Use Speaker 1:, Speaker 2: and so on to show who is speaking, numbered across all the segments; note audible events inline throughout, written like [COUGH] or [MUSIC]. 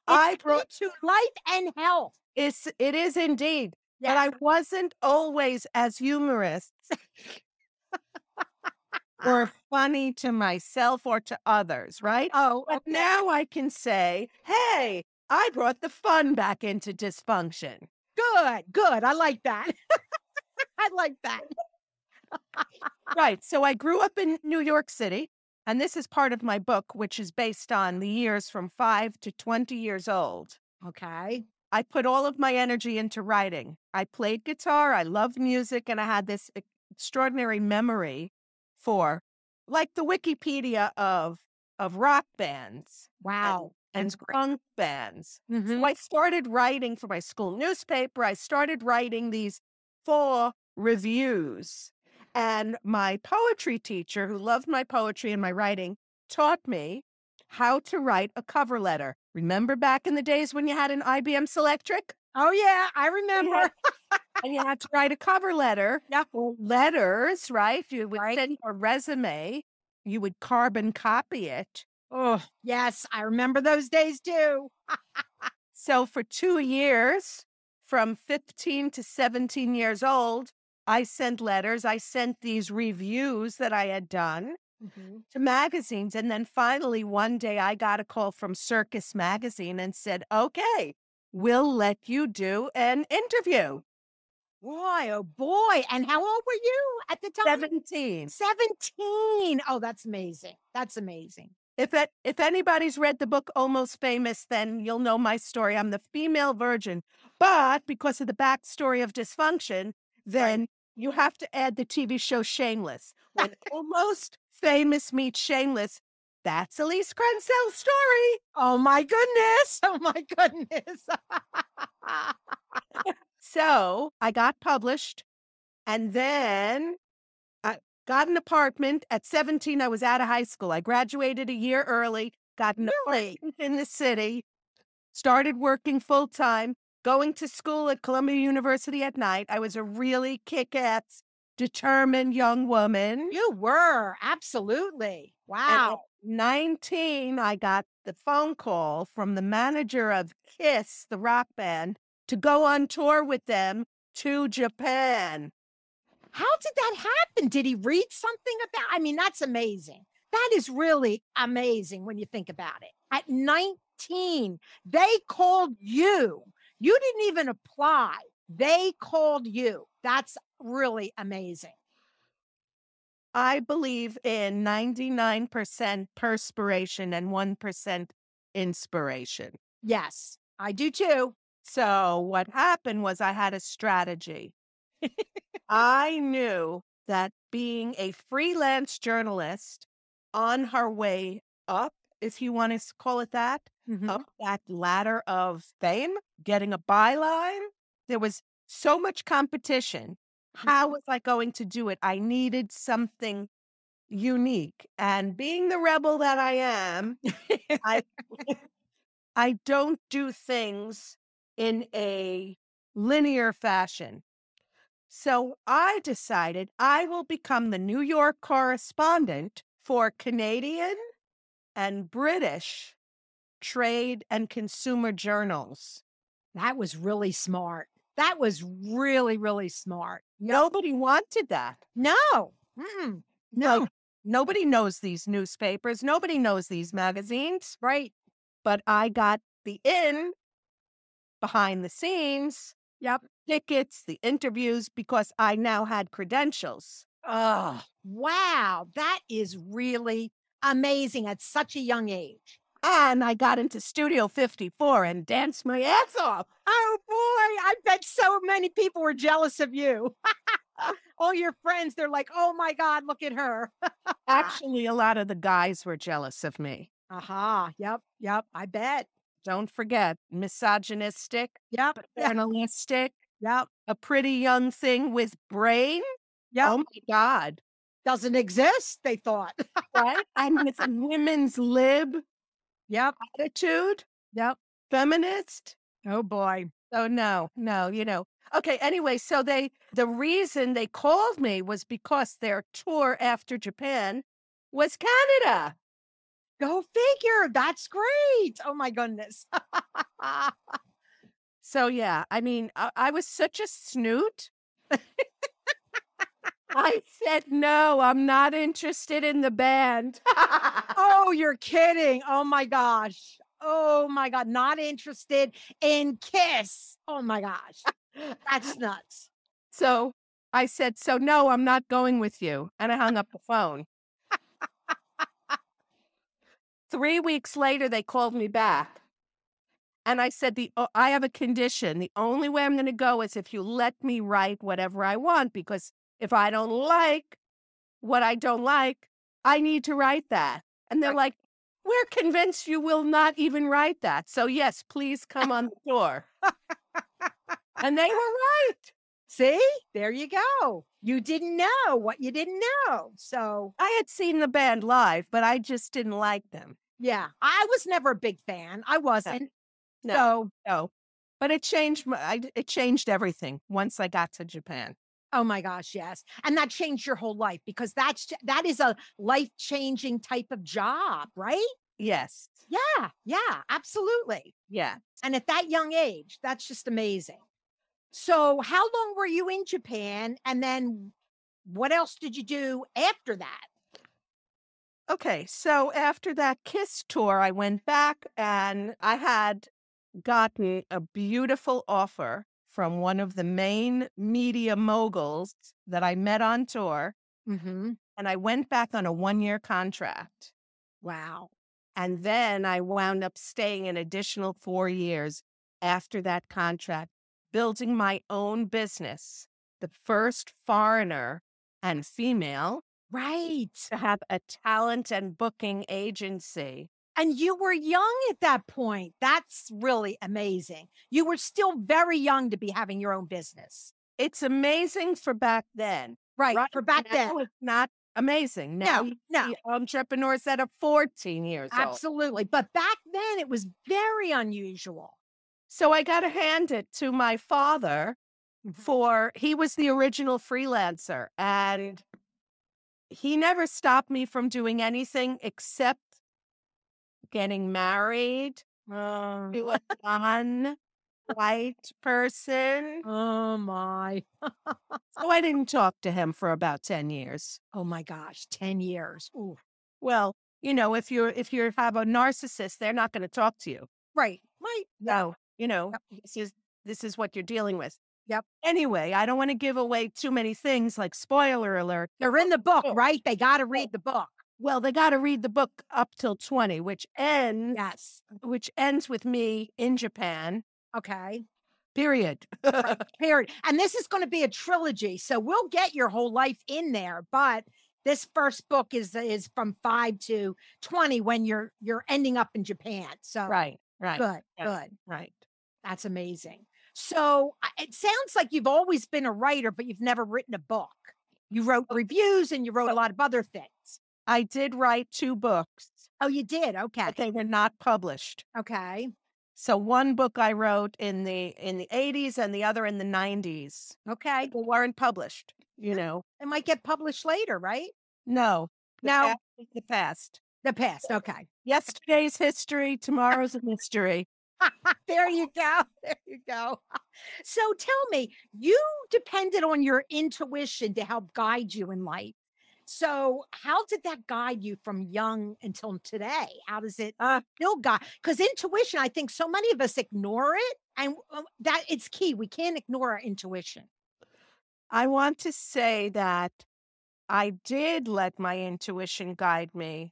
Speaker 1: I
Speaker 2: key
Speaker 1: brought
Speaker 2: to life and health.
Speaker 1: it's it is indeed. But
Speaker 2: Yeah.
Speaker 1: I wasn't always as humorous [LAUGHS] or funny to myself or to others, right?
Speaker 2: Oh,
Speaker 1: But
Speaker 2: okay.
Speaker 1: now I can say, hey, I brought the fun back into dysfunction.
Speaker 2: good, good. I like that. [LAUGHS] I like that.
Speaker 1: right. So I grew up in New York City. And this is part of my book, which is based on the years from five to 20 years old.
Speaker 2: Okay.
Speaker 1: I put all of my energy into writing. I played guitar, I loved music, and I had this e- extraordinary memory for like the Wikipedia of of rock bands
Speaker 2: Wow.
Speaker 1: and
Speaker 2: That's great.
Speaker 1: punk bands.
Speaker 2: Mhm.
Speaker 1: So I started writing for my school newspaper. I started writing these four reviews. And my poetry teacher, who loved my poetry and my writing, taught me how to write a cover letter. Remember back in the days when you had an IBM Selectric?
Speaker 2: Oh yeah, I
Speaker 1: And you
Speaker 2: remember.
Speaker 1: had- [LAUGHS] and you had to write a cover letter.
Speaker 2: Yeah.
Speaker 1: or Letters, right? You would
Speaker 2: Right.
Speaker 1: send a resume, you would carbon copy it.
Speaker 2: Oh yes, I remember those days too.
Speaker 1: So for two years, from 15 to 17 years old, I sent letters. I sent these reviews that I had done to magazines. And then finally, one day I got a call from Circus Magazine and said, okay, we'll let you do an interview.
Speaker 2: Boy, oh boy. And how old were you at the time?
Speaker 1: 17.
Speaker 2: 17. Oh, that's amazing. That's amazing.
Speaker 1: If, that, if anybody's read the book Almost Famous, then you'll know my story. I'm the female virgin. But because of the backstory of dysfunction, then you have to add the TV show Shameless. When
Speaker 2: [LAUGHS]
Speaker 1: Almost Famous meets Shameless, that's Elise Krenzel's story.
Speaker 2: Oh my goodness. Oh my goodness. [LAUGHS]
Speaker 1: So I got published and then I got an apartment. At 17, I was out of high school. I graduated a year early, got an
Speaker 2: really?
Speaker 1: apartment in the city, started working full time. going to school at Columbia University at night. I was a really kick ass, determined young woman.
Speaker 2: You were absolutely
Speaker 1: And at
Speaker 2: wow.
Speaker 1: 19, I got the phone call from the manager of Kiss, the rock band, to go on tour with them to Japan.
Speaker 2: How did that happen? Did he read something about? I mean, that's amazing. That is really amazing when you think about it. At 19, they called you. You didn't even apply. They called you. That's really amazing.
Speaker 1: I believe in 99% perspiration and 1% inspiration.
Speaker 2: Yes, I do too.
Speaker 1: So what happened was I had a strategy. I knew that being a freelance journalist on her way up, if you want to call it that,
Speaker 2: Mhm.
Speaker 1: up that ladder of fame, getting a byline, there was so much competition. How was I going to do it? I needed something unique. And being the rebel that I am, I don't do things in a linear fashion. So I decided I will become the New York correspondent for Canadian and British trade and consumer journals.
Speaker 2: that was really smart. That was really, really smart.
Speaker 1: Nobody wanted that.
Speaker 2: No. Mm-mm.
Speaker 1: No, nobody knows these newspapers. Nobody knows these magazines.
Speaker 2: Right.
Speaker 1: But I got the in behind the scenes.
Speaker 2: Yep.
Speaker 1: tickets, the interviews, because I now had credentials.
Speaker 2: Oh, wow. That is really amazing at such a young age.
Speaker 1: And I got into Studio 54 and danced my ass off.
Speaker 2: Oh, boy. I bet so many people were jealous of you. [LAUGHS] All your friends, they're like, oh my God, look at her.
Speaker 1: Actually, a lot of the guys were jealous of me.
Speaker 2: Aha. Yep. Yep. Uh-huh, I bet.
Speaker 1: Don't forget, misogynistic,
Speaker 2: Yep. Yep.
Speaker 1: paternalistic,
Speaker 2: Yep.
Speaker 1: a pretty young thing with brain. Oh
Speaker 2: yep.
Speaker 1: my God.
Speaker 2: Doesn't exist, they thought. [LAUGHS]
Speaker 1: Right? and with a women's lib
Speaker 2: yep.
Speaker 1: attitude,
Speaker 2: Yep.
Speaker 1: feminist,
Speaker 2: Oh, boy.
Speaker 1: Oh no, no, you know. Okay, anyway, so they the reason they called me was because their tour after Japan was Canada.
Speaker 2: Go figure. That's great. Oh, my goodness.
Speaker 1: So yeah, I mean, I, I was such a snoot. I said no, I'm not interested in the band. [LAUGHS]
Speaker 2: Oh, you're kidding. Oh my gosh. Oh my God. Not interested in Kiss. Oh my gosh. That's nuts.
Speaker 1: So I said, so no, I'm not going with you. And I hung up the phone. Three weeks later, they called me back. And I said, the, o- I have a condition. The only way I'm going to go is if you let me write whatever I want, because if I don't like what I don't like, I need to write that. And they're like, we're convinced you will not even write that. So, yes, please come on the tour. and they were right.
Speaker 2: See, there you go. You didn't know what you didn't know. So,
Speaker 1: I had seen the band live, but I just didn't like them.
Speaker 2: yeah, I was never a big fan. I wasn't.
Speaker 1: No.
Speaker 2: So,
Speaker 1: No, but it changed. My, I d- it changed everything once I got to Japan.
Speaker 2: oh my gosh, yes. And that changed your whole life because that's j- that is a life-changing type of job, right?
Speaker 1: Yes.
Speaker 2: Yeah. Yeah, absolutely.
Speaker 1: Yeah.
Speaker 2: And at that young age, that's just amazing. So, how long were you in Japan? And then what else did you do after that?
Speaker 1: Okay. So after that Kiss tour, I went back and I had gotten a beautiful offer from one of the main media moguls that I met on tour,
Speaker 2: Mm-hmm.
Speaker 1: and I went back on a one-year contract.
Speaker 2: Wow.
Speaker 1: And then I wound up staying an additional four years after that contract, building my own business, the first foreigner and female
Speaker 2: Right.
Speaker 1: to have a talent and booking agency.
Speaker 2: And you were young at that point. That's really amazing. You were still very young to be having your own business.
Speaker 1: It's amazing for back then.
Speaker 2: Right. For back
Speaker 1: now
Speaker 2: then.
Speaker 1: it's not amazing. Now
Speaker 2: No,
Speaker 1: you
Speaker 2: no.
Speaker 1: see entrepreneurs that are 14 years old.
Speaker 2: Absolutely. But back then, it was very unusual.
Speaker 1: So I got to hand it to my father for he was the original freelancer and he never stopped me from doing anything except getting married
Speaker 2: Oh,
Speaker 1: to a non white person.
Speaker 2: oh my.
Speaker 1: So I didn't talk to him for about 10 years.
Speaker 2: Oh my gosh, 10 years. Ooh.
Speaker 1: Well, you know, if you're if you have a narcissist, they're not going to talk to you.
Speaker 2: Right. Right.
Speaker 1: No, you know,
Speaker 2: Yep.
Speaker 1: this is this is what you're dealing with.
Speaker 2: Yep.
Speaker 1: Anyway, I don't want to give away too many things like spoiler alert.
Speaker 2: They're in the book,
Speaker 1: Oh,
Speaker 2: right? They got to read the book.
Speaker 1: Well, they got to read the book up till 20, which ends
Speaker 2: Yes.
Speaker 1: which ends with me in Japan.
Speaker 2: Okay.
Speaker 1: Period.
Speaker 2: Period. And this is going to be a trilogy. So we'll get your whole life in there, but this first book is is from 5 to 20 when you're you're ending up in Japan. So
Speaker 1: right. Right.
Speaker 2: good.
Speaker 1: yeah.
Speaker 2: Good.
Speaker 1: Right.
Speaker 2: That's amazing. So I- it sounds like you've always been a writer, but you've never written a book. You wrote
Speaker 1: Oh.
Speaker 2: reviews and you wrote a lot of other things.
Speaker 1: I did write two books,
Speaker 2: Oh, you did. Okay.
Speaker 1: but they were not published.
Speaker 2: Okay.
Speaker 1: So one book I wrote in the in the 80s and the other in the 90s.
Speaker 2: Okay.
Speaker 1: They weren't published, you know.
Speaker 2: It might get published later, right?
Speaker 1: No. the
Speaker 2: Now-
Speaker 1: past is the past.
Speaker 2: The past. Okay.
Speaker 1: Yesterday's history, tomorrow's a mystery.
Speaker 2: [LAUGHS] there you go. There you go. [LAUGHS] So tell me, you depended on your intuition to help guide you in life. So how did that guide you from young until today? How does it
Speaker 1: Uh,
Speaker 2: still guide? Because intuition, I think so many of us ignore it, and uh, that it's key. We can't ignore our intuition.
Speaker 1: I want to say that I did let my intuition guide me.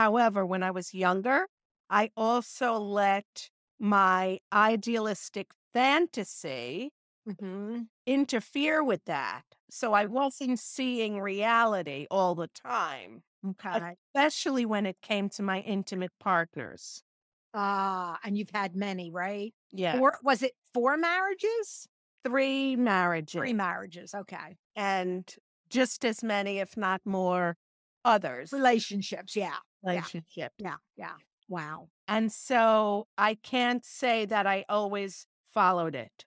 Speaker 1: However, when I was younger, I also let my idealistic fantasy Mm-hmm,
Speaker 2: Mhm.
Speaker 1: interfere with that. So I wasn't seeing reality all the time,
Speaker 2: Okay.
Speaker 1: especially when it came to my intimate partners.
Speaker 2: Ah, and you've had many, right?
Speaker 1: Yeah.
Speaker 2: Or was it four marriages?
Speaker 1: three marriages
Speaker 2: Three marriages. Okay.
Speaker 1: and just as many, if not more, others.
Speaker 2: Relationships. Yeah.
Speaker 1: Relationship.
Speaker 2: Yeah. Yeah. Wow.
Speaker 1: And so I can't say that I always followed it.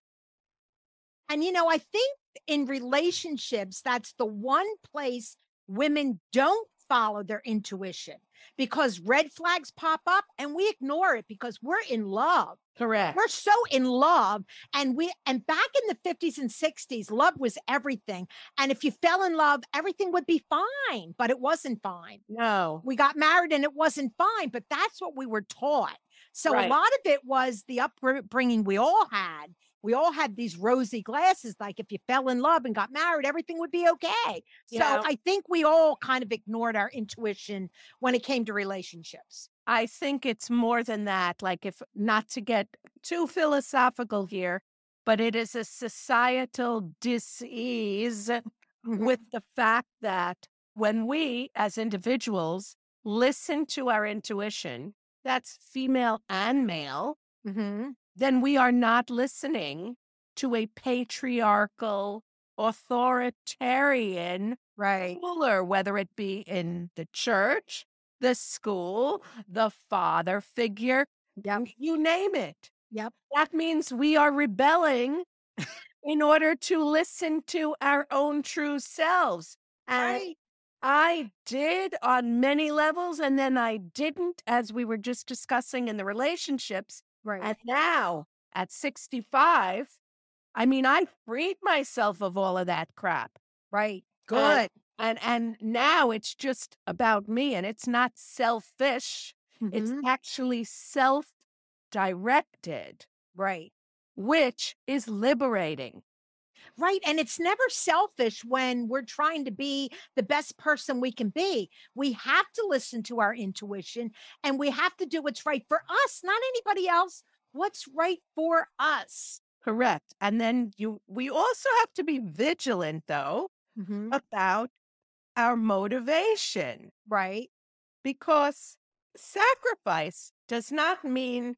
Speaker 2: And you know, I think in relationships, that's the one place women don't follow their intuition because red flags pop up and we ignore it because we're in love.
Speaker 1: Correct.
Speaker 2: We're so in love and we and back in the 50s and 60s love was everything and if you fell in love everything would be fine but it wasn't fine.
Speaker 1: No.
Speaker 2: We got married and it wasn't fine but that's what we were taught. So a
Speaker 1: Right.
Speaker 2: lot of it was the upbringing we all had. We all had these rosy glasses. Like if you fell in love and got married, everything would be okay. So
Speaker 1: Yeah.
Speaker 2: I think we all kind of ignored our intuition when it came to relationships.
Speaker 1: I think it's more than that. Like, if not to get too philosophical here, but it is a societal disease with the fact that when we as individuals listen to our intuition, that's female and male,
Speaker 2: Mm-hmm.
Speaker 1: then we are not listening to a patriarchal, authoritarian
Speaker 2: Right.
Speaker 1: ruler, whether it be in the church, the school, the father figure,
Speaker 2: Yep.
Speaker 1: you name it.
Speaker 2: Yep.
Speaker 1: That means we are rebelling [LAUGHS] in order to listen to our own true selves. And
Speaker 2: Right.
Speaker 1: I did on many levels, and then I didn't, as we were just discussing in the relationships.
Speaker 2: Right.
Speaker 1: And now at 65, I mean, I freed myself of all of that crap.
Speaker 2: Right.
Speaker 1: and-
Speaker 2: Good.
Speaker 1: And and now it's just about me and it's not selfish.
Speaker 2: Mhm.
Speaker 1: It's actually self-directed,
Speaker 2: right.
Speaker 1: which is liberating.
Speaker 2: Right. And it's never selfish when we're trying to be the best person we can be. We have to listen to our intuition and we have to do what's right for us, not anybody else. What's right for us.
Speaker 1: Correct. And then you we also have to be vigilant though Mm-hmm. about our motivation.
Speaker 2: Right.
Speaker 1: because sacrifice does not mean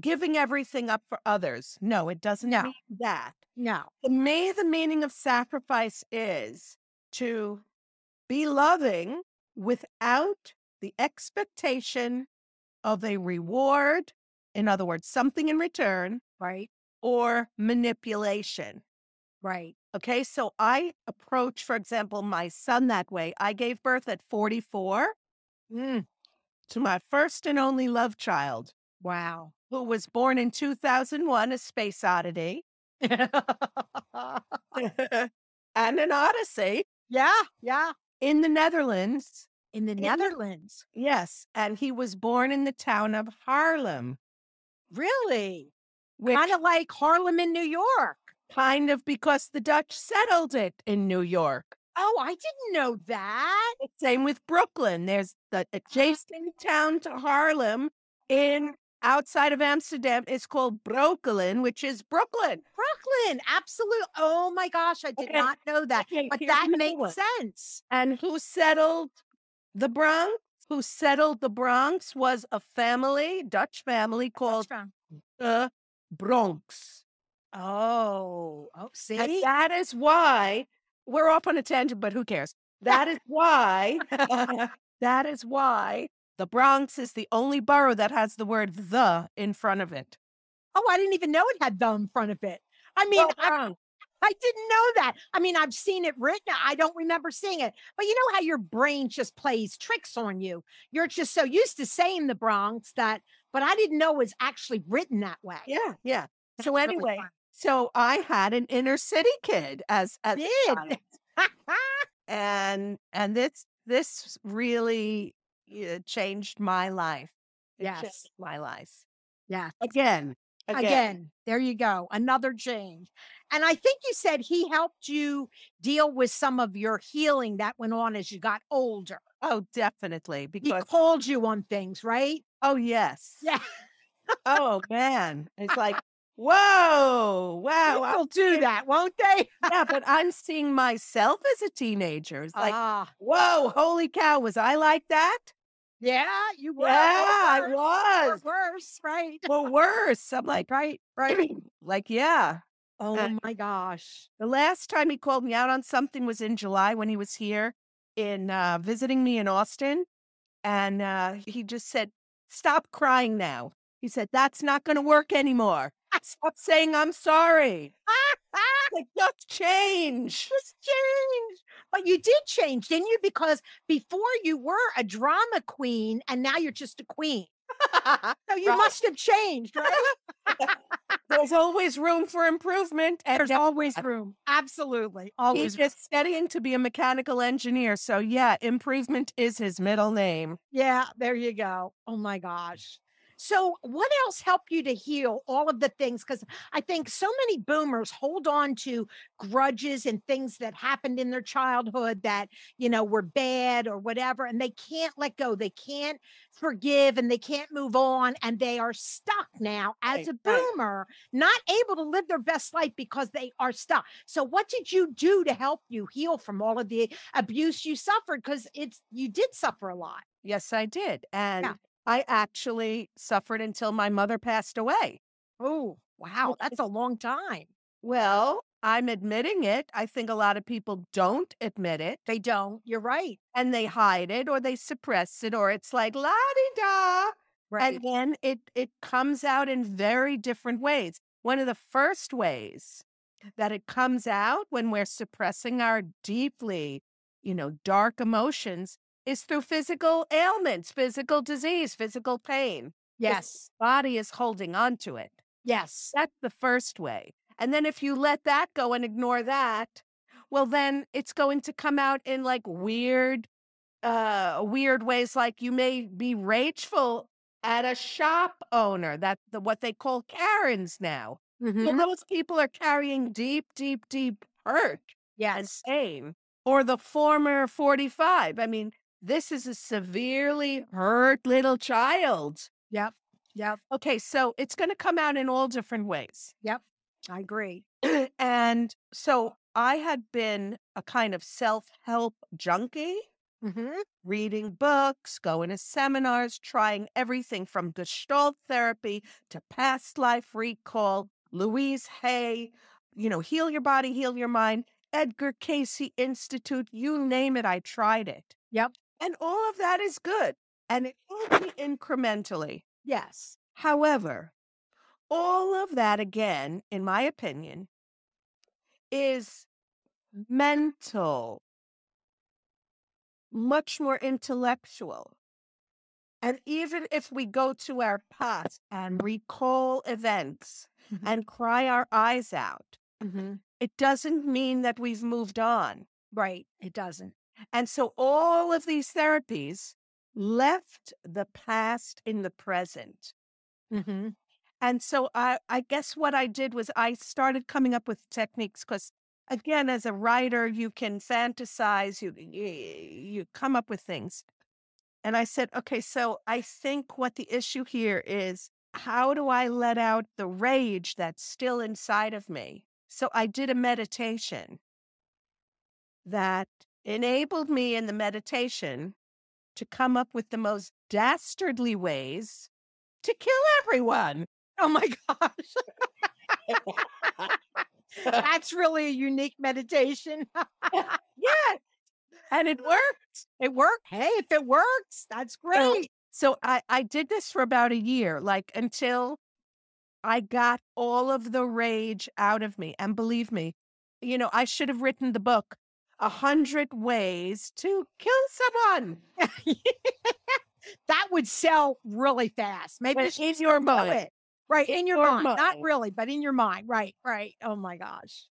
Speaker 1: giving everything up for others. No, it doesn't
Speaker 2: No.
Speaker 1: mean that.
Speaker 2: No.
Speaker 1: To me, the meaning of sacrifice is to be loving without the expectation of a reward, In other words, something in return
Speaker 2: Right.
Speaker 1: or manipulation.
Speaker 2: Right.
Speaker 1: Okay. So I approach, for example, my son that way. I gave birth at 44
Speaker 2: Mm,
Speaker 1: to my first and only love child,
Speaker 2: wow.
Speaker 1: who was born in 2001, a space
Speaker 2: [LAUGHS]
Speaker 1: oddity [LAUGHS] and an odyssey
Speaker 2: yeah. Yeah.
Speaker 1: in the Netherlands.
Speaker 2: In the
Speaker 1: Yeah.
Speaker 2: Netherlands.
Speaker 1: Yes. And he was born in the town of Harlem,
Speaker 2: Really?
Speaker 1: which
Speaker 2: Kind of like Harlem in New York.
Speaker 1: kind of because the Dutch settled it in New York.
Speaker 2: Oh, I didn't know that.
Speaker 1: Same with Brooklyn. There's the adjacent [LAUGHS] town to Harlem in outside of Amsterdam is called Brooklyn, which is Brooklyn.
Speaker 2: Brooklyn. Absolute. Oh my gosh. I did
Speaker 1: Okay.
Speaker 2: not know that.
Speaker 1: [LAUGHS] Okay,
Speaker 2: But
Speaker 1: here's
Speaker 2: that
Speaker 1: another one.
Speaker 2: makes sense.
Speaker 1: And who settled the Bronx? Who settled the Bronx was a family, Dutch family called
Speaker 2: Strong.
Speaker 1: the Bronx.
Speaker 2: Oh, oh, see?
Speaker 1: And that is why we're off on a tangent, but who cares? That is
Speaker 2: [LAUGHS]
Speaker 1: why [LAUGHS] that is why the Bronx is the only borough that has the word the in front of it.
Speaker 2: oh, I didn't even know it had the in front of it. I mean,
Speaker 1: Well,
Speaker 2: I,
Speaker 1: Bronx.
Speaker 2: I didn't know that. I mean, I've seen it written. I don't remember seeing it. But you know how your brain just plays tricks on you. You're just so used to saying the Bronx that, but I didn't know it was actually written that way.
Speaker 1: yeah, yeah. So
Speaker 2: really
Speaker 1: anyway,
Speaker 2: fun.
Speaker 1: so I had an inner city kid as as a child.
Speaker 2: Did.
Speaker 1: and and this this really uh, changed my life. It
Speaker 2: yes.
Speaker 1: changed my life
Speaker 2: [LAUGHS] Yeah.
Speaker 1: again,
Speaker 2: Again. there you go. Another change. And I think you said he helped you deal with some of your healing that went on as you got older.
Speaker 1: Oh, definitely
Speaker 2: He
Speaker 1: because
Speaker 2: called you on things, right?
Speaker 1: oh yes,
Speaker 2: Yeah.
Speaker 1: oh man, it's like whoa,
Speaker 2: [LAUGHS]
Speaker 1: wow.
Speaker 2: People
Speaker 1: I'll
Speaker 2: Oh, do that, won't they?
Speaker 1: yeah, but I'm seeing myself as a teenager. It's like
Speaker 2: ah,
Speaker 1: whoa, holy cow, was I like that?
Speaker 2: yeah, you were. or
Speaker 1: yeah,
Speaker 2: worse,
Speaker 1: I
Speaker 2: or
Speaker 1: was.
Speaker 2: worse, right?
Speaker 1: Well, worse.
Speaker 2: [LAUGHS]
Speaker 1: I'm like
Speaker 2: Right, [CLEARS THROAT] right.
Speaker 1: like yeah.
Speaker 2: Oh
Speaker 1: And-
Speaker 2: my gosh.
Speaker 1: The last time he called me out on something was in July when he was here in uh, visiting me in Austin, and uh, he just said, "Stop crying now." He said, "That's not going to work anymore. Stop saying I'm sorry.
Speaker 2: Ah,
Speaker 1: Like just change."
Speaker 2: Just change. But you did change, didn't you? Because before you were a drama queen and now you're just a [LAUGHS] queen. So you
Speaker 1: Right.
Speaker 2: must have changed, right?
Speaker 1: There's always room for improvement, and
Speaker 2: There's
Speaker 1: now
Speaker 2: always room. Absolutely. Always.
Speaker 1: he's just studying to be a mechanical engineer. So yeah, improvement is his middle name.
Speaker 2: Oh, Yeah, there you go. Oh my gosh. So, what else helped you to heal all of the things? Because I think so many boomers hold on to grudges and things that happened in their childhood that, you know, were bad or whatever, and they can't let go. They can't forgive and they can't move on. And they are stuck now as
Speaker 1: Right,
Speaker 2: a
Speaker 1: right.
Speaker 2: boomer, not able to live their best life because they are stuck. So, what did you do to help you heal from all of the abuse you suffered? Because it's, you did suffer a lot.
Speaker 1: Yes, I did, and I actually suffered until my mother passed away.
Speaker 2: Oh, wow. That's a long time.
Speaker 1: Well, I'm admitting it. I think a lot of people don't admit it
Speaker 2: They don't. You're right.
Speaker 1: and they hide it or they suppress it or it's like la di da. And then it it comes out in very different ways. One of the first ways that it comes out when we're suppressing our deeply, you know, dark emotions is through physical ailments, physical disease, physical pain.
Speaker 2: yes.
Speaker 1: Body is holding on to it.
Speaker 2: Yes.
Speaker 1: That's the first way. And then if you let that go and ignore that, well, then it's going to come out in like weird, uh, weird ways. Like you may be rageful at a shop owner. That's the, what they call Karens now.
Speaker 2: Mhm.
Speaker 1: Well, those people are carrying deep, deep, deep hurt and
Speaker 2: Yes.
Speaker 1: pain. Or the former 45. I mean, this is a severely hurt little child.
Speaker 2: Yep. Yep.
Speaker 1: Okay, so it's going to come out in all different ways.
Speaker 2: I agree.
Speaker 1: [CLEARS THROAT] and so I had been a kind of self help junkie,
Speaker 2: Mm-hmm.
Speaker 1: reading books, going to seminars, trying everything from Gestalt therapy to past life recall, Louise Hay, you know, heal your body, heal your mind, Edgar Casey Institute, you name it, I tried it.
Speaker 2: Yep.
Speaker 1: And all of that is good. And it helped me incrementally.
Speaker 2: Yes.
Speaker 1: However, all of that, again, in my opinion, is mental, much more intellectual. And even if we go to our past and recall events
Speaker 2: Mhm.
Speaker 1: and cry our eyes out,
Speaker 2: Mm-hmm.
Speaker 1: it doesn't mean that we've moved on.
Speaker 2: Right. It
Speaker 1: [LAUGHS]
Speaker 2: doesn't.
Speaker 1: And so all of these therapies left the past in the present.
Speaker 2: Mm-hmm.
Speaker 1: And so I, I guess what I did was I started coming up with techniques because, again, as a writer, you can fantasize, you, you you come up with things. And I said, okay, so I think what the issue here is how do I let out the rage that's still inside of me? So I did a meditation that enabled me in the meditation to come up with the most dastardly ways to kill everyone.
Speaker 2: Oh
Speaker 1: [LAUGHS]
Speaker 2: my gosh. That's really a unique meditation.
Speaker 1: [LAUGHS] Yeah. And it worked. It worked.
Speaker 2: hey, if it works, that's great. [LAUGHS]
Speaker 1: So I, I did this for about a year, like until I got all of the rage out of me. And believe me, you know, I should have written the book, A Hundred Ways to Kill Someone.
Speaker 2: that would sell really fast. Maybe you
Speaker 1: But
Speaker 2: should
Speaker 1: in your
Speaker 2: sell
Speaker 1: mind.
Speaker 2: it. Right.
Speaker 1: In
Speaker 2: In your
Speaker 1: your
Speaker 2: mind. Not
Speaker 1: mind.
Speaker 2: really, but in your mind. Right. Right. Oh my gosh.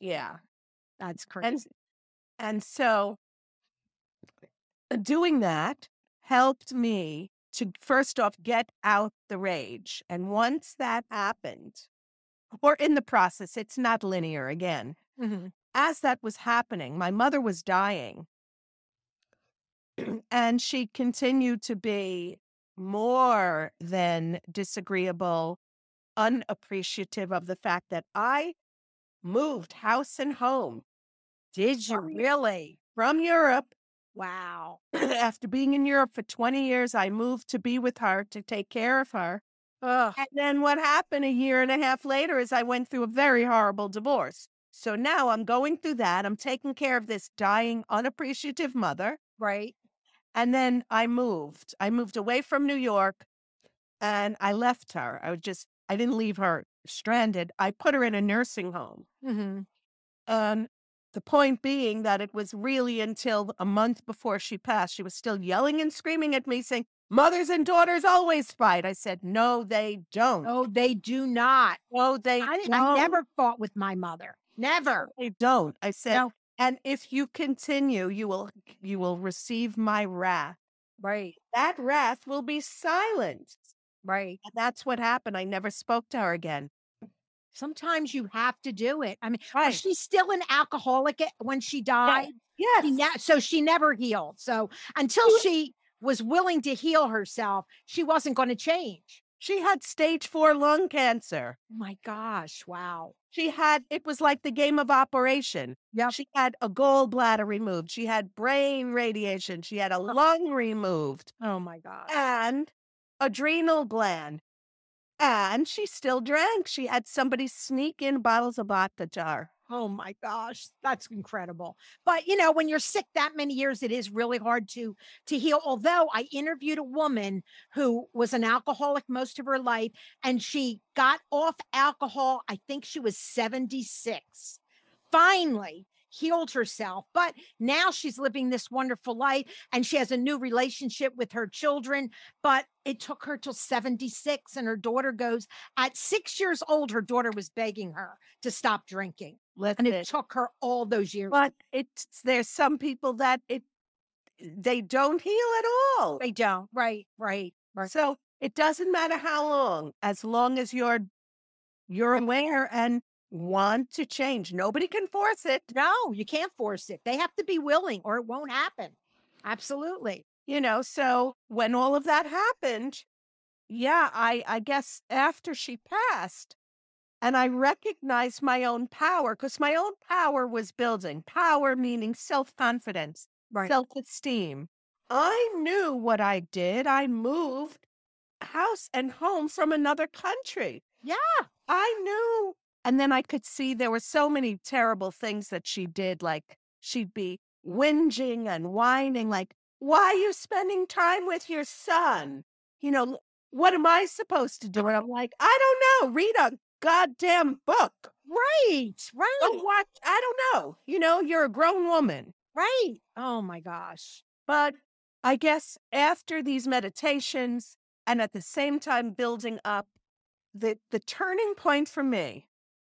Speaker 1: Yeah.
Speaker 2: That's crazy.
Speaker 1: And and so uh, doing that helped me to first off get out the rage. And once that happened, or in the process, it's not linear again.
Speaker 2: Mhm.
Speaker 1: As that was happening, my mother was dying. [CLEARS THROAT] and she continued to be more than disagreeable, unappreciative of the fact that I moved house and home
Speaker 2: Did you
Speaker 1: Sorry.
Speaker 2: really?
Speaker 1: from Europe
Speaker 2: Wow.
Speaker 1: [LAUGHS] after being in Europe for 20 years, I moved to be with her to take care of her.
Speaker 2: Ugh.
Speaker 1: And then what happened a year and a half later is I went through a very horrible divorce. So now I'm going through that. I'm taking care of this dying, unappreciative mother.
Speaker 2: Right.
Speaker 1: And then I moved. I moved away from New York and I left her. I was just, I didn't leave her stranded. I put her in a nursing home.
Speaker 2: Mm-hmm.
Speaker 1: Um, the point being that it was really until a month before she passed, she was still yelling and screaming at me, saying, Mothers and daughters always fight. I said, No, they don't.
Speaker 2: Oh, they do not.
Speaker 1: No, they
Speaker 2: I,
Speaker 1: don't.
Speaker 2: I never fought with my mother. Never.
Speaker 1: They don't. I said,
Speaker 2: No.
Speaker 1: And if you continue, you will you will receive my wrath.
Speaker 2: Right.
Speaker 1: That wrath will be silent.
Speaker 2: Right.
Speaker 1: And that's what happened. I never spoke to her again.
Speaker 2: Sometimes you have to do it. I mean,
Speaker 1: Right.
Speaker 2: was she still an alcoholic at- when she died?
Speaker 1: yes.
Speaker 2: She ne- so she never healed. So until she was willing to heal herself, she wasn't going to change.
Speaker 1: She had stage four lung cancer.
Speaker 2: Oh my gosh. Wow.
Speaker 1: She had, it was like the game of operation.
Speaker 2: Yep.
Speaker 1: She had a gallbladder removed. She had brain radiation. She had a lung removed
Speaker 2: Oh my gosh.
Speaker 1: and adrenal gland. And she still drank. She had somebody sneak in bottles of vodka to her.
Speaker 2: Oh my gosh, that's incredible. But you know, when you're sick that many years, it is really hard to to heal. Although I interviewed a woman who was an alcoholic most of her life and she got off alcohol, I think she was 76. Finally healed herself, but now she's living this wonderful life and she has a new relationship with her children, but it took her till 76 and her daughter goes at 6 years old her daughter was begging her to stop drinking and it
Speaker 1: Listen,
Speaker 2: took her all those years.
Speaker 1: but it's, there's some people that it, they don't heal at all.
Speaker 2: They don't. Right, right, right.
Speaker 1: So it doesn't matter how long, as long as you're you're aware and want to change. Nobody can force it.
Speaker 2: No, you can't force it. They have to be willing or it won't happen. Absolutely.
Speaker 1: You know, so when all of that happened, yeah, I I guess after she passed and I recognized my own power because my own power was building. Power meaning self-confidence,
Speaker 2: Right.
Speaker 1: self-esteem. I knew what I did. I moved house and home from another country.
Speaker 2: Yeah.
Speaker 1: I knew. And then I could see there were so many terrible things that she did. Like she'd be whinging and whining, like, why are you spending time with your son? You know, l- What am I supposed to do? And I'm like, I don't know. Read a goddamn book.
Speaker 2: Right,
Speaker 1: Go
Speaker 2: right,
Speaker 1: watch. I don't know. You know, you're a grown woman.
Speaker 2: right. Oh my gosh.
Speaker 1: But I guess after these meditations and at the same time building up, the, the turning point for me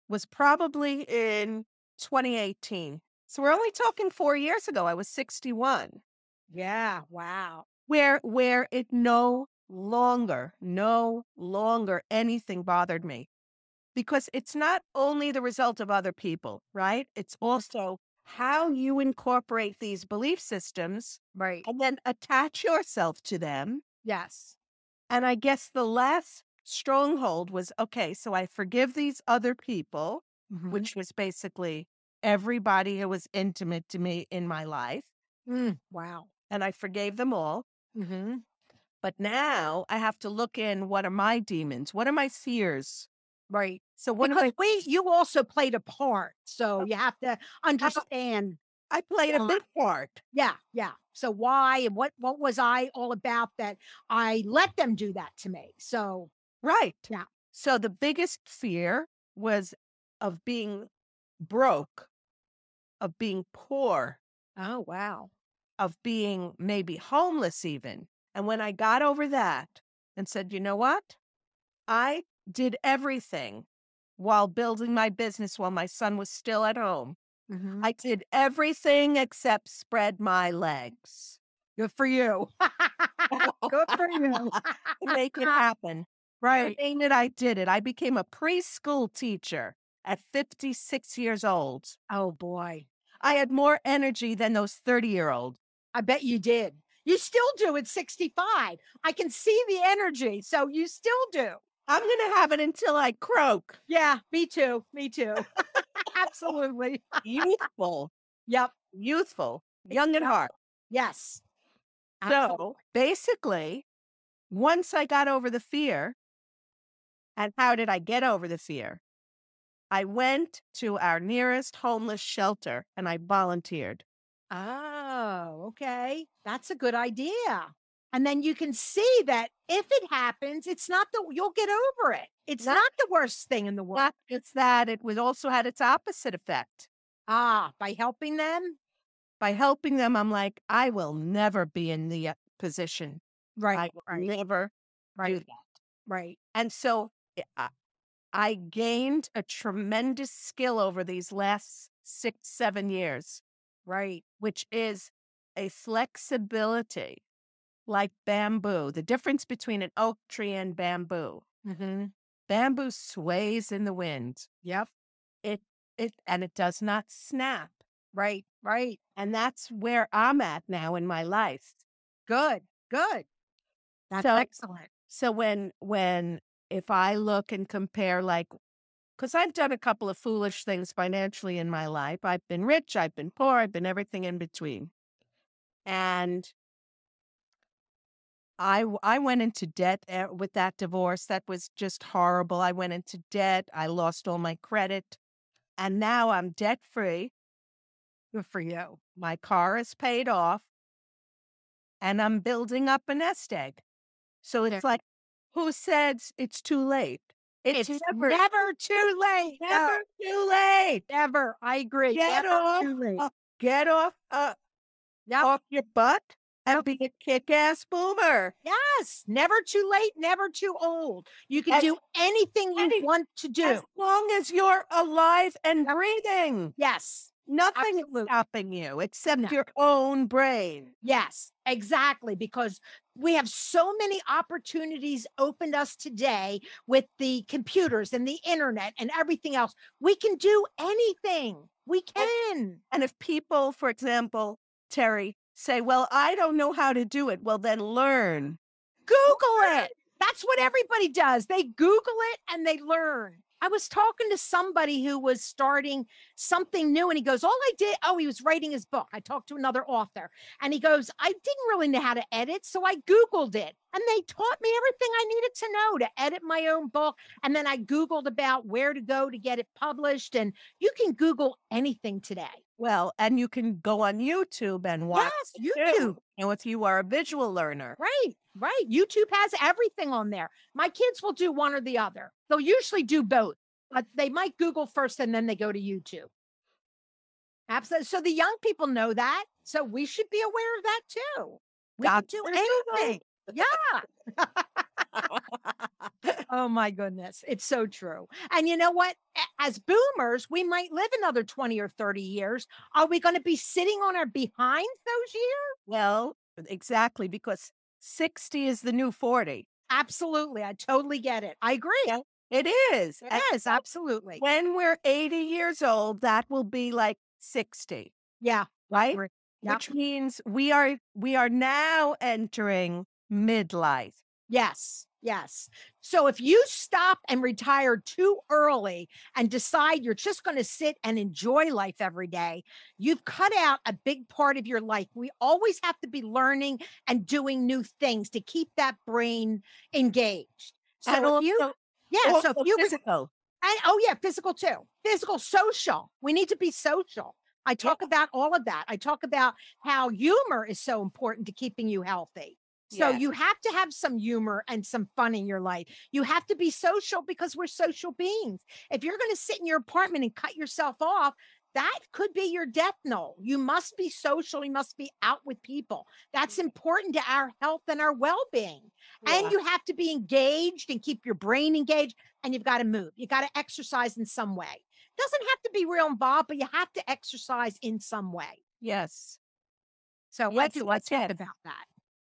Speaker 1: was probably in 2018. So we're only talking four years ago. I was 61,
Speaker 2: Yeah, wow.
Speaker 1: where where it no longer, no longer anything bothered me. Because it's not only the result of other people, right? It's also how you incorporate these belief systems
Speaker 2: Right.
Speaker 1: and then attach yourself to them.
Speaker 2: Yes.
Speaker 1: And I guess the last stronghold was okay, so I forgive these other people,
Speaker 2: Mhm.
Speaker 1: which was basically everybody who was intimate to me in my life.
Speaker 2: Mm, wow.
Speaker 1: And I forgave them all.
Speaker 2: hmm
Speaker 1: But now I have to look in what are my demons? What are my fears?
Speaker 2: Right.
Speaker 1: So one
Speaker 2: Because
Speaker 1: of my
Speaker 2: we, you also played a part, so you have to understand.
Speaker 1: I played a
Speaker 2: Uh,
Speaker 1: big part.
Speaker 2: Yeah, yeah. So why and what? What was I all about that I let them do that to me? So
Speaker 1: Right.
Speaker 2: Yeah.
Speaker 1: So the biggest fear was of being broke, of being poor,
Speaker 2: oh wow.
Speaker 1: of being maybe homeless even. And when I got over that and said, you know what? I did everything while building my business while my son was still at home.
Speaker 2: Mhm.
Speaker 1: I did everything except spread my legs,
Speaker 2: Good for you. Good for you. [LAUGHS]
Speaker 1: to make it happen.
Speaker 2: right.
Speaker 1: Ain't it? I did it. I became a preschool teacher at 56 years old.
Speaker 2: Oh boy.
Speaker 1: I had more energy than those 30 year olds.
Speaker 2: I bet you did. You still do at 65. I can see the energy. So you still do.
Speaker 1: I'm going to have it until I croak.
Speaker 2: [LAUGHS] Yeah, me too. Me too. [LAUGHS] Absolutely.
Speaker 1: Youthful.
Speaker 2: Yep.
Speaker 1: youthful, young at heart.
Speaker 2: Yes. Absolutely.
Speaker 1: So basically, once I got over the fear, and how did I get over the fear? I went to our nearest homeless shelter and I volunteered.
Speaker 2: Oh, okay. That's a good idea. And then you can see that if it happens, it's not the you'll get over it. It's
Speaker 1: Not-
Speaker 2: not, the worst thing in the world.
Speaker 1: Not just that, it was also had its opposite effect.
Speaker 2: ah, by helping them?
Speaker 1: By helping them, I'm like, I will never be in the uh, position. I
Speaker 2: Right.
Speaker 1: will
Speaker 2: Right.
Speaker 1: never do
Speaker 2: Right.
Speaker 1: that.
Speaker 2: Right.
Speaker 1: And so it- I, I gained a tremendous skill over these last six, seven years,
Speaker 2: Right.
Speaker 1: which is a flexibility like bamboo, the difference between an oak tree and bamboo.
Speaker 2: Mm-hmm.
Speaker 1: Bamboo sways in the wind.
Speaker 2: Yep.
Speaker 1: It, it, and it does not snap.
Speaker 2: Right. Right.
Speaker 1: And that's where I'm at now in my life.
Speaker 2: Good. Good. That's
Speaker 1: So-
Speaker 2: excellent.
Speaker 1: So when, when, if I look and compare like because I've done a couple of foolish things financially in my life. I've been rich, I've been poor, I've been everything in between. And I w- I went into debt eh, with that divorce. That was just horrible. I went into debt. I lost all my credit, and now I'm debt free.
Speaker 2: Good for you.
Speaker 1: My car is paid off, and I'm building up a nest egg. So it's
Speaker 2: There-
Speaker 1: like, who says it's too late? It's,
Speaker 2: It's
Speaker 1: never,
Speaker 2: never, too late. No,
Speaker 1: never too late.
Speaker 2: never. I agree.
Speaker 1: Get
Speaker 2: never
Speaker 1: off
Speaker 2: too late.
Speaker 1: uh, get off uh,
Speaker 2: Yep.
Speaker 1: off your butt and be a kick-ass boomer.
Speaker 2: Yes. Never too late. Never too old. You can
Speaker 1: As-
Speaker 2: do anything you
Speaker 1: any-
Speaker 2: want to do.
Speaker 1: As long as you're alive and breathing,
Speaker 2: Yes.
Speaker 1: nothing is
Speaker 2: Absolutely.
Speaker 1: stopping you except
Speaker 2: No.
Speaker 1: your own brain.
Speaker 2: Yes, exactly. Because we have so many opportunities opened us today with the computers and the internet and everything else. We can do anything. We can.
Speaker 1: And if people, for example, Terry, say, "Well, I don't know how to do it," well, then learn.
Speaker 2: Google it. That's what everybody does. They Google it and they learn. I was talking to somebody who was starting something new and he goes, All I did, oh, he was writing his book. I talked to another author and he goes, I didn't really know how to edit. So I Googled it and they taught me everything I needed to know to edit my own book. And then I Googled about where to go to get it published. And you can Google anything today.
Speaker 1: Well, and you can go on YouTube and watch.
Speaker 2: Yes,
Speaker 1: it too.
Speaker 2: YouTube.
Speaker 1: You know, if you are a visual learner,
Speaker 2: Right. Right. YouTube has everything on there. My kids will do one or the other. They'll usually do both, but they might Google first and then they go to YouTube. Absolutely. So the young people know that. So we should be aware of that too. We can
Speaker 1: That's
Speaker 2: do
Speaker 1: their
Speaker 2: anything. Yeah. [LAUGHS] oh my goodness. It's so true. And you know what? A- As boomers, we might live another 20 or 30 years. Are we going to be sitting on our behind those years?
Speaker 1: Well, exactly, because 60 is the new 40.
Speaker 2: Absolutely. I totally get it. I agree.
Speaker 1: Yeah, It is.
Speaker 2: It
Speaker 1: And
Speaker 2: is. Absolutely.
Speaker 1: When we're 80 years old, that will be like 60,
Speaker 2: Yeah.
Speaker 1: right?
Speaker 2: Right. Yep.
Speaker 1: Which means we are we are now entering midlife.
Speaker 2: Yes. Yes. So if you stop and retire too early and decide you're just going to sit and enjoy life every day, you've cut out a big part of your life. We always have to be learning and doing new things to keep that brain engaged. So
Speaker 1: And
Speaker 2: if you,
Speaker 1: also-
Speaker 2: yeah. So if
Speaker 1: also
Speaker 2: you, re-
Speaker 1: physical.
Speaker 2: and oh yeah, physical too. Physical, social. We need to be social. I talk about all of that. I talk about how humor is so important to keeping you healthy. So
Speaker 1: Yeah.
Speaker 2: you have to have some humor and some fun in your life. You have to be social because we're social beings. If you're going to sit in your apartment and cut yourself off, that could be your death knell. You must be social. You must be out with people. That's important to our health and our well-being.
Speaker 1: Mm-hmm. Yeah.
Speaker 2: And you have to be engaged and keep your brain engaged and you've got to move. You got to exercise in some way. Doesn't have to be real involved, but you have to exercise in some way.
Speaker 1: Yes.
Speaker 2: So
Speaker 1: Yes,
Speaker 2: let's let's
Speaker 1: yes,
Speaker 2: talk
Speaker 1: yes.
Speaker 2: about that.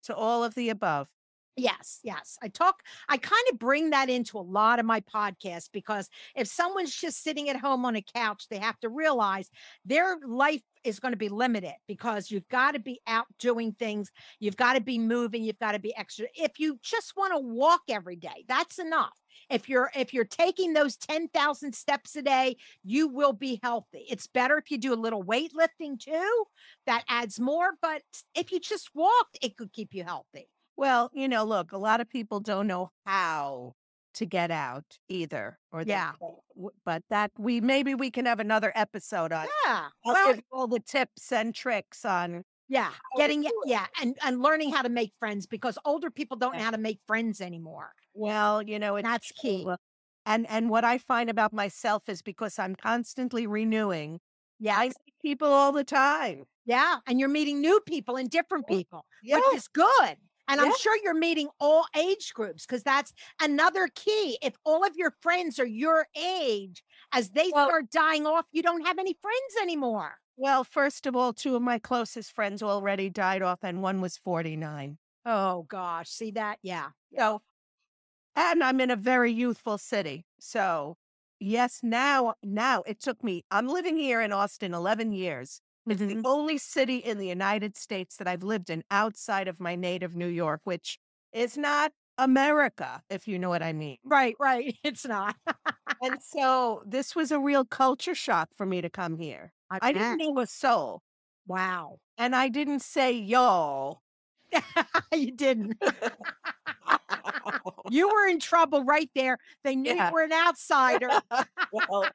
Speaker 1: To all of the above.
Speaker 2: Yes, yes. I talk, I kind of bring that into a lot of my podcasts because if someone's just sitting at home on a couch, they have to realize their life is going to be limited because you've got to be out doing things. You've got to be moving. You've got to be extra. If you just want to walk every day, that's enough. If you're if you're taking those 10,000 steps a day, you will be healthy. It's better if you do a little weightlifting too. That adds more, but if you just walked, it could keep you healthy.
Speaker 1: Well, you know, look, a lot of people don't know how to get out either. Or they
Speaker 2: Yeah.
Speaker 1: don't w- but that we maybe we can have another episode on.
Speaker 2: Yeah.
Speaker 1: I'll
Speaker 2: Well,
Speaker 1: give you all the tips and tricks on.
Speaker 2: yeah,
Speaker 1: to
Speaker 2: getting it,
Speaker 1: do it.
Speaker 2: yeah, and and learning how to make friends because older people don't know
Speaker 1: Yeah.
Speaker 2: how to make friends anymore.
Speaker 1: Well, you know,
Speaker 2: And
Speaker 1: it's
Speaker 2: that's key.
Speaker 1: Well, And and what I find about myself is because I'm constantly renewing. Yeah, I see people all the time.
Speaker 2: Yeah, and you're meeting new people and different
Speaker 1: Yeah.
Speaker 2: people, which is good. And I'm
Speaker 1: Yeah.
Speaker 2: sure you're meeting all age groups because that's another key. If all of your friends are your age, as they
Speaker 1: Well-
Speaker 2: start dying off, you don't have any friends anymore.
Speaker 1: Well, first of all, two of my closest friends already died off, and one was 49.
Speaker 2: Oh gosh, see that? Yeah,
Speaker 1: So, and I'm in a very youthful city. So, yes, now, now it took me, I'm living here in Austin 11 years. It's the only city in the United States that I've lived in outside of my native New York, which is not America, if you know what I mean.
Speaker 2: right, right. [LAUGHS] It's not.
Speaker 1: And so this was a real culture shock for me to come here. I
Speaker 2: bet.
Speaker 1: didn't know a soul.
Speaker 2: Wow,
Speaker 1: And I didn't say y'all.
Speaker 2: [LAUGHS] you didn't.
Speaker 1: [LAUGHS]
Speaker 2: You were in trouble right there. They knew
Speaker 1: Yeah.
Speaker 2: you were an outsider.
Speaker 1: well,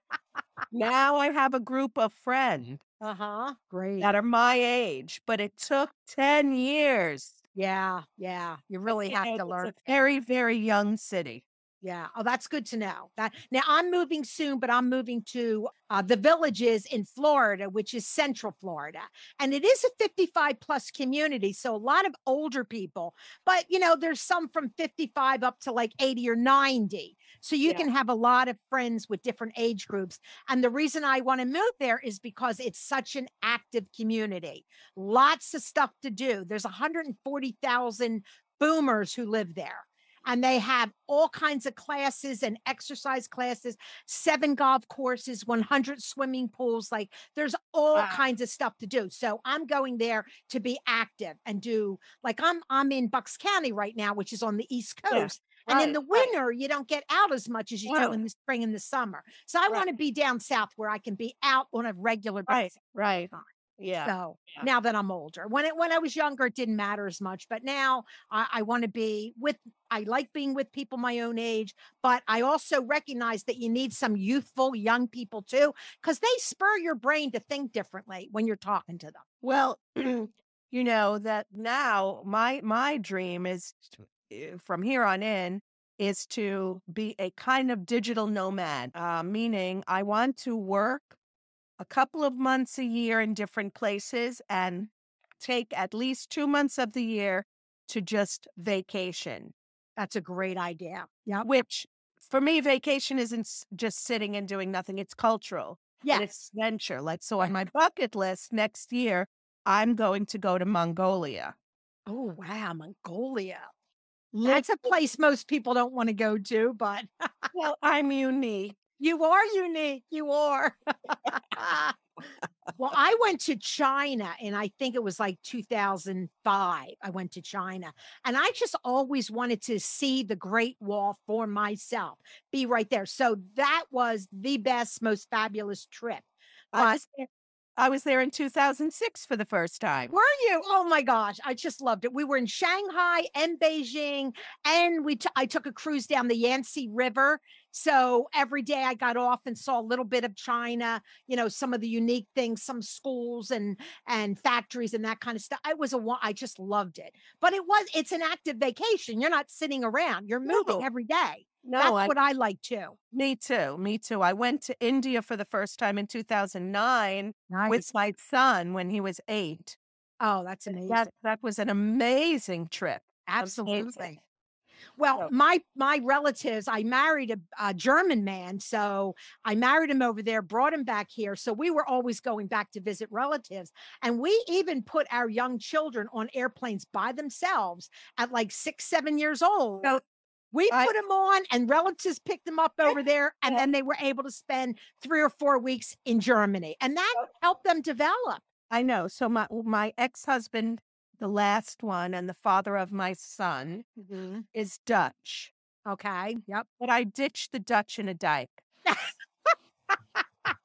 Speaker 1: now I have a group of friends
Speaker 2: Uh huh. Great.
Speaker 1: Uh-huh. that are my age, but it took 10 years.
Speaker 2: yeah. Yeah. You really
Speaker 1: You know,
Speaker 2: have to
Speaker 1: it's
Speaker 2: learn.
Speaker 1: A very, very young city.
Speaker 2: Yeah. Oh, that's good to know. That now I'm moving soon, but I'm moving to uh, the villages in Florida, which is Central Florida, and it is a 55 plus community, so a lot of older people. But you know, there's some from 55 up to like 80 or 90, so you
Speaker 1: Yeah.
Speaker 2: can have a lot of friends with different age groups. And the reason I want to move there is because it's such an active community. Lots of stuff to do. There's 140,000 boomers who live there and they have all kinds of classes and exercise classes, seven golf courses, 100 swimming pools. Like there's all
Speaker 1: Wow.
Speaker 2: kinds of stuff to do. So I'm going there to be active and do like I'm I'm in Bucks County right now, which is on the East
Speaker 1: Yeah,
Speaker 2: Coast. And in
Speaker 1: right,
Speaker 2: the
Speaker 1: right.
Speaker 2: winter, you don't get out as much as you do
Speaker 1: No.
Speaker 2: in the spring and the summer. So I
Speaker 1: Right.
Speaker 2: want to be down south where I can be out on a regular basis.
Speaker 1: Right, right.
Speaker 2: time.
Speaker 1: Yeah.
Speaker 2: So
Speaker 1: yeah.
Speaker 2: now that I'm older, when it when I was younger, it didn't matter as much. But now I, I want to be with. I like being with people my own age, but I also recognize that you need some youthful young people too, because they spur your brain to think differently when you're talking to them.
Speaker 1: Well, [CLEARS THROAT] you know that now my my dream is to- uh, from here on in is to be a kind of digital nomad uh, meaning i want to work a couple of months a year in different places and take at least two months of the year to just vacation
Speaker 2: That's a great idea. Yeah.
Speaker 1: which for me vacation isn't s- just sitting and doing nothing it's cultural
Speaker 2: Yeah.
Speaker 1: and it's venture like so on my bucket list next year i'm going to go to mongolia
Speaker 2: Oh wow, Mongolia. That's a place most people don't want to go to, but
Speaker 1: well i'm unique
Speaker 2: you are unique. You are. well, I went to China and I think it was like 2005. I went to China and I just always wanted to see the Great Wall for myself, be right there. So that was the best, most fabulous trip.
Speaker 1: I
Speaker 2: But
Speaker 1: was, there- I was there in 2006 for the first time
Speaker 2: Were you? Oh my gosh, I just loved it. We were in Shanghai and Beijing, and we t- I took a cruise down the Yangtze River. So every day I got off and saw a little bit of China, you know, some of the unique things, some schools and and factories and that kind of stuff. I was a wa- I just loved it. But it was it's an active vacation. You're not sitting around. You're moving
Speaker 1: No.
Speaker 2: every day.
Speaker 1: no
Speaker 2: That's
Speaker 1: I,
Speaker 2: what I like too.
Speaker 1: me too me too i went to india for the first time in 2009
Speaker 2: Nice.
Speaker 1: with my son when he was eight
Speaker 2: oh, that's amazing.
Speaker 1: that, that was an amazing trip amazing.
Speaker 2: Absolutely. Well,
Speaker 1: So-
Speaker 2: my my relatives, I married a, a German man, so I married him over there, brought him back here. So we were always going back to visit relatives, and we even put our young children on airplanes by themselves at like six, seven years old.
Speaker 1: So
Speaker 2: we
Speaker 1: I-
Speaker 2: put them on, and relatives picked them up over there, and
Speaker 1: Yeah.
Speaker 2: then they were able to spend three or four weeks in Germany, and that
Speaker 1: So-
Speaker 2: helped them develop.
Speaker 1: I know. So my my ex husband, the last one, and the father of my son
Speaker 2: Mm.
Speaker 1: is Dutch,
Speaker 2: Okay. Yep.
Speaker 1: but I ditched the Dutch in a dike.
Speaker 2: [LAUGHS]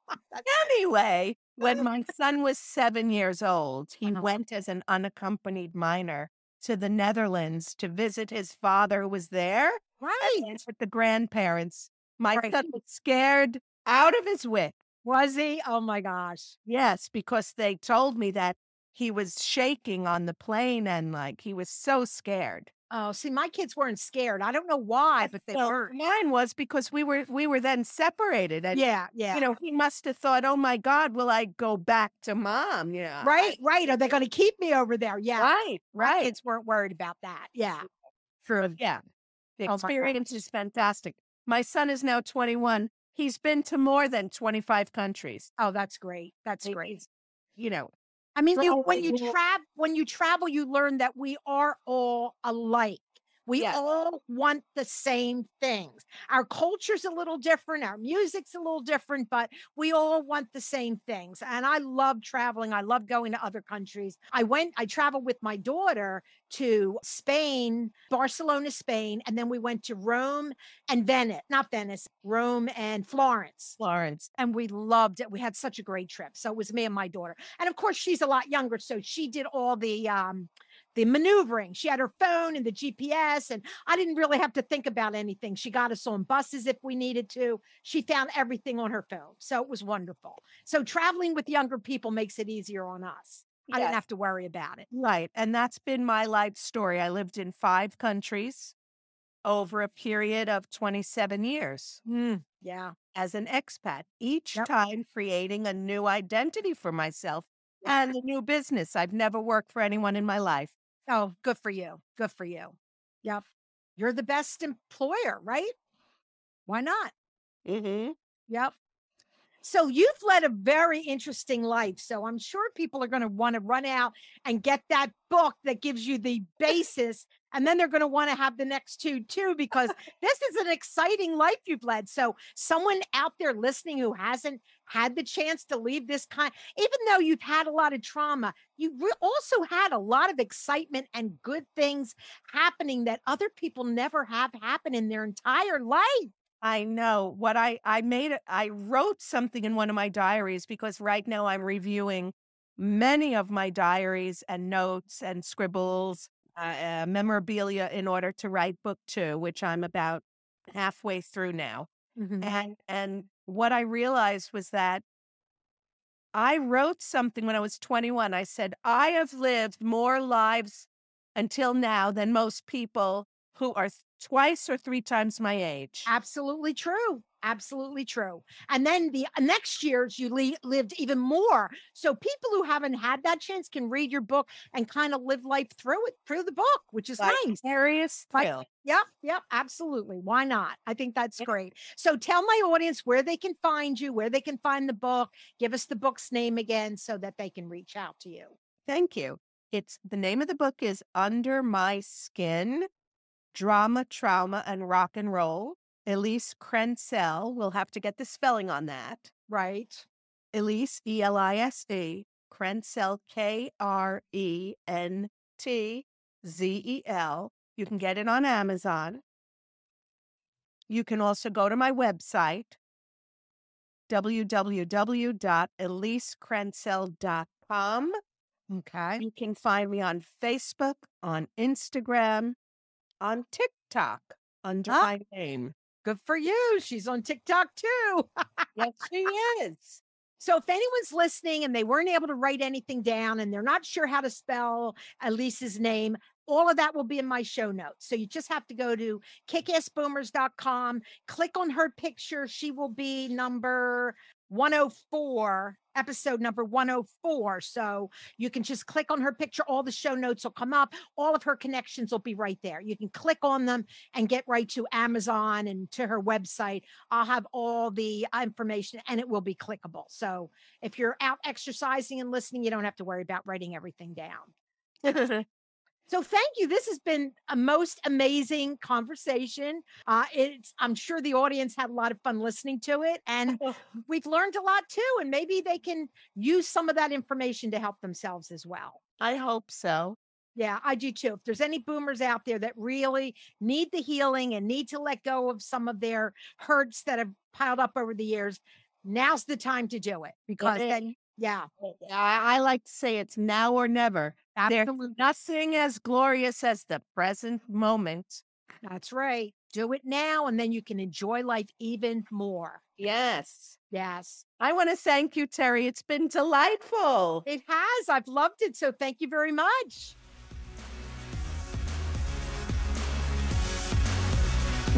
Speaker 1: anyway,
Speaker 2: [LAUGHS]
Speaker 1: when my son was seven years old, he
Speaker 2: Uh-huh.
Speaker 1: went as an unaccompanied minor to the Netherlands to visit his father, who was there
Speaker 2: Right.
Speaker 1: and with the grandparents. My
Speaker 2: Right.
Speaker 1: son was scared out of his wit.
Speaker 2: Was he? Oh my gosh.
Speaker 1: Yes, because they told me that he was shaking on the plane and like he was so scared.
Speaker 2: Oh, see, my kids weren't scared. I don't know why, but they
Speaker 1: Well,
Speaker 2: were.
Speaker 1: Mine was because we were we were then separated, and
Speaker 2: Yeah, yeah.
Speaker 1: you know he must have thought, "Oh my God, will I go back to mom?" You know,
Speaker 2: right, right. Are they going to keep me over there? Yeah.
Speaker 1: right,
Speaker 2: My
Speaker 1: right.
Speaker 2: kids weren't worried about that. Yeah. True.
Speaker 1: Yeah, the
Speaker 2: Oh my God.
Speaker 1: experience is fantastic. My son is now twenty one. He's been to more than twenty five countries.
Speaker 2: Oh, that's great. That's
Speaker 1: He-
Speaker 2: great.
Speaker 1: he's, You know,
Speaker 2: I mean, you, when
Speaker 1: growing,
Speaker 2: you
Speaker 1: you know-
Speaker 2: travel, when you travel, you learn that we are all alike. We
Speaker 1: Yes.
Speaker 2: all want the same things. Our culture's a little different, our music's a little different, but we all want the same things. And I love traveling. I love going to other countries. I went, I traveled with my daughter to Spain, Barcelona, Spain, and then we went to Rome and Venice, not Venice, Rome and Florence
Speaker 1: Florence.
Speaker 2: and we loved it. We had such a great trip. So it was me and my daughter. And of course, she's a lot younger, so she did all the um the maneuvering. She had her phone and the GPS and I didn't really have to think about anything. She got us on buses if we needed to. She found everything on her phone. So it was wonderful. So traveling with younger people makes it easier on us. I
Speaker 1: Yes.
Speaker 2: didn't have to worry about it.
Speaker 1: Right. And that's been my life story. I lived in five countries over a period of 27 years
Speaker 2: Mm, Yeah.
Speaker 1: as an expat, each
Speaker 2: Yep.
Speaker 1: time creating a new identity for myself and a new business. I've never worked for anyone in my life.
Speaker 2: Oh, good for you. Good for you. Yep. You're the best employer, right? Why not?
Speaker 1: Mm-hmm.
Speaker 2: Yep. So you've led a very interesting life. So I'm sure people are going to want to run out and get that book that gives you the basis. And then they're going to want to have the next two too, because this is an exciting life you've led. So someone out there listening who hasn't had the chance to leave this kind, even though you've had a lot of trauma, you re- also had a lot of excitement and good things happening that other people never have happen in their entire life.
Speaker 1: I know what I, I made. a- I wrote something in one of my diaries because right now I'm reviewing many of my diaries and notes and scribbles uh, uh, memorabilia in order to write book two, which I'm about Mm-hmm. halfway through now. And and what I realized was that I wrote something when I was 21. I said, I have lived more lives until now than most people who are th- twice or three times my age.
Speaker 2: Absolutely true. Absolutely true. And then the uh, next years, you le- lived even more. So people who haven't had that chance can read your book and kind of live life through it through the book, which is nice.
Speaker 1: Vicarious
Speaker 2: Like-
Speaker 1: thrill.
Speaker 2: Yep, yep, absolutely. Why not? I think that's
Speaker 1: Yeah.
Speaker 2: great. So tell my audience where they can find you, where they can find the book. Give us the book's name again so that they can reach out to you.
Speaker 1: Thank you. It's the name of the book is Under My Skin Drama, Trauma, and Rock and Roll. Elise Krenzel. We'll have to get the spelling on that.
Speaker 2: Right.
Speaker 1: Elise, E L I S E, Krenzel, K R E N T Z E L. You can get it on Amazon. You can also go to my website, www.elisekrenzel.com.
Speaker 2: Okay.
Speaker 1: You can find me on Facebook, on Instagram, on TikTok under
Speaker 2: Ah.
Speaker 1: my name.
Speaker 2: Good for you. She's on TikTok too.
Speaker 1: Yes, she is.
Speaker 2: So if anyone's listening and they weren't able to write anything down and they're not sure how to spell Elise's name, all of that will be in my show notes. So you just have to go to kickassboomers.com, click on her picture. She will be number 104, episode number 104. So you can just click on her picture. All the show notes will come up. All of her connections will be right there. You can click on them and get right to Amazon and to her website. I'll have all the information and it will be clickable. So if you're out exercising and listening, you don't have to worry about writing everything down. So thank you. This has been a most amazing conversation. Uh, it's I'm sure the audience had a lot of fun listening to it, and we've learned a lot too. And maybe they can use some of that information to help themselves as well.
Speaker 1: [LAUGHS] I hope so.
Speaker 2: Yeah, I do too. If there's any boomers out there that really need the healing and need to let go of some of their hurts that have piled up over the years, now's the time to do it because
Speaker 1: is.
Speaker 2: then, yeah,
Speaker 1: Oh, I, I like to say it's now or never. There's
Speaker 2: absolutely.
Speaker 1: nothing as glorious as the present moment.
Speaker 2: That's right. Do it now and then you can enjoy life even more.
Speaker 1: Yes.
Speaker 2: Yes,
Speaker 1: I want to thank you, Terry. It's been delightful.
Speaker 2: it has. I've loved it. So thank you very much.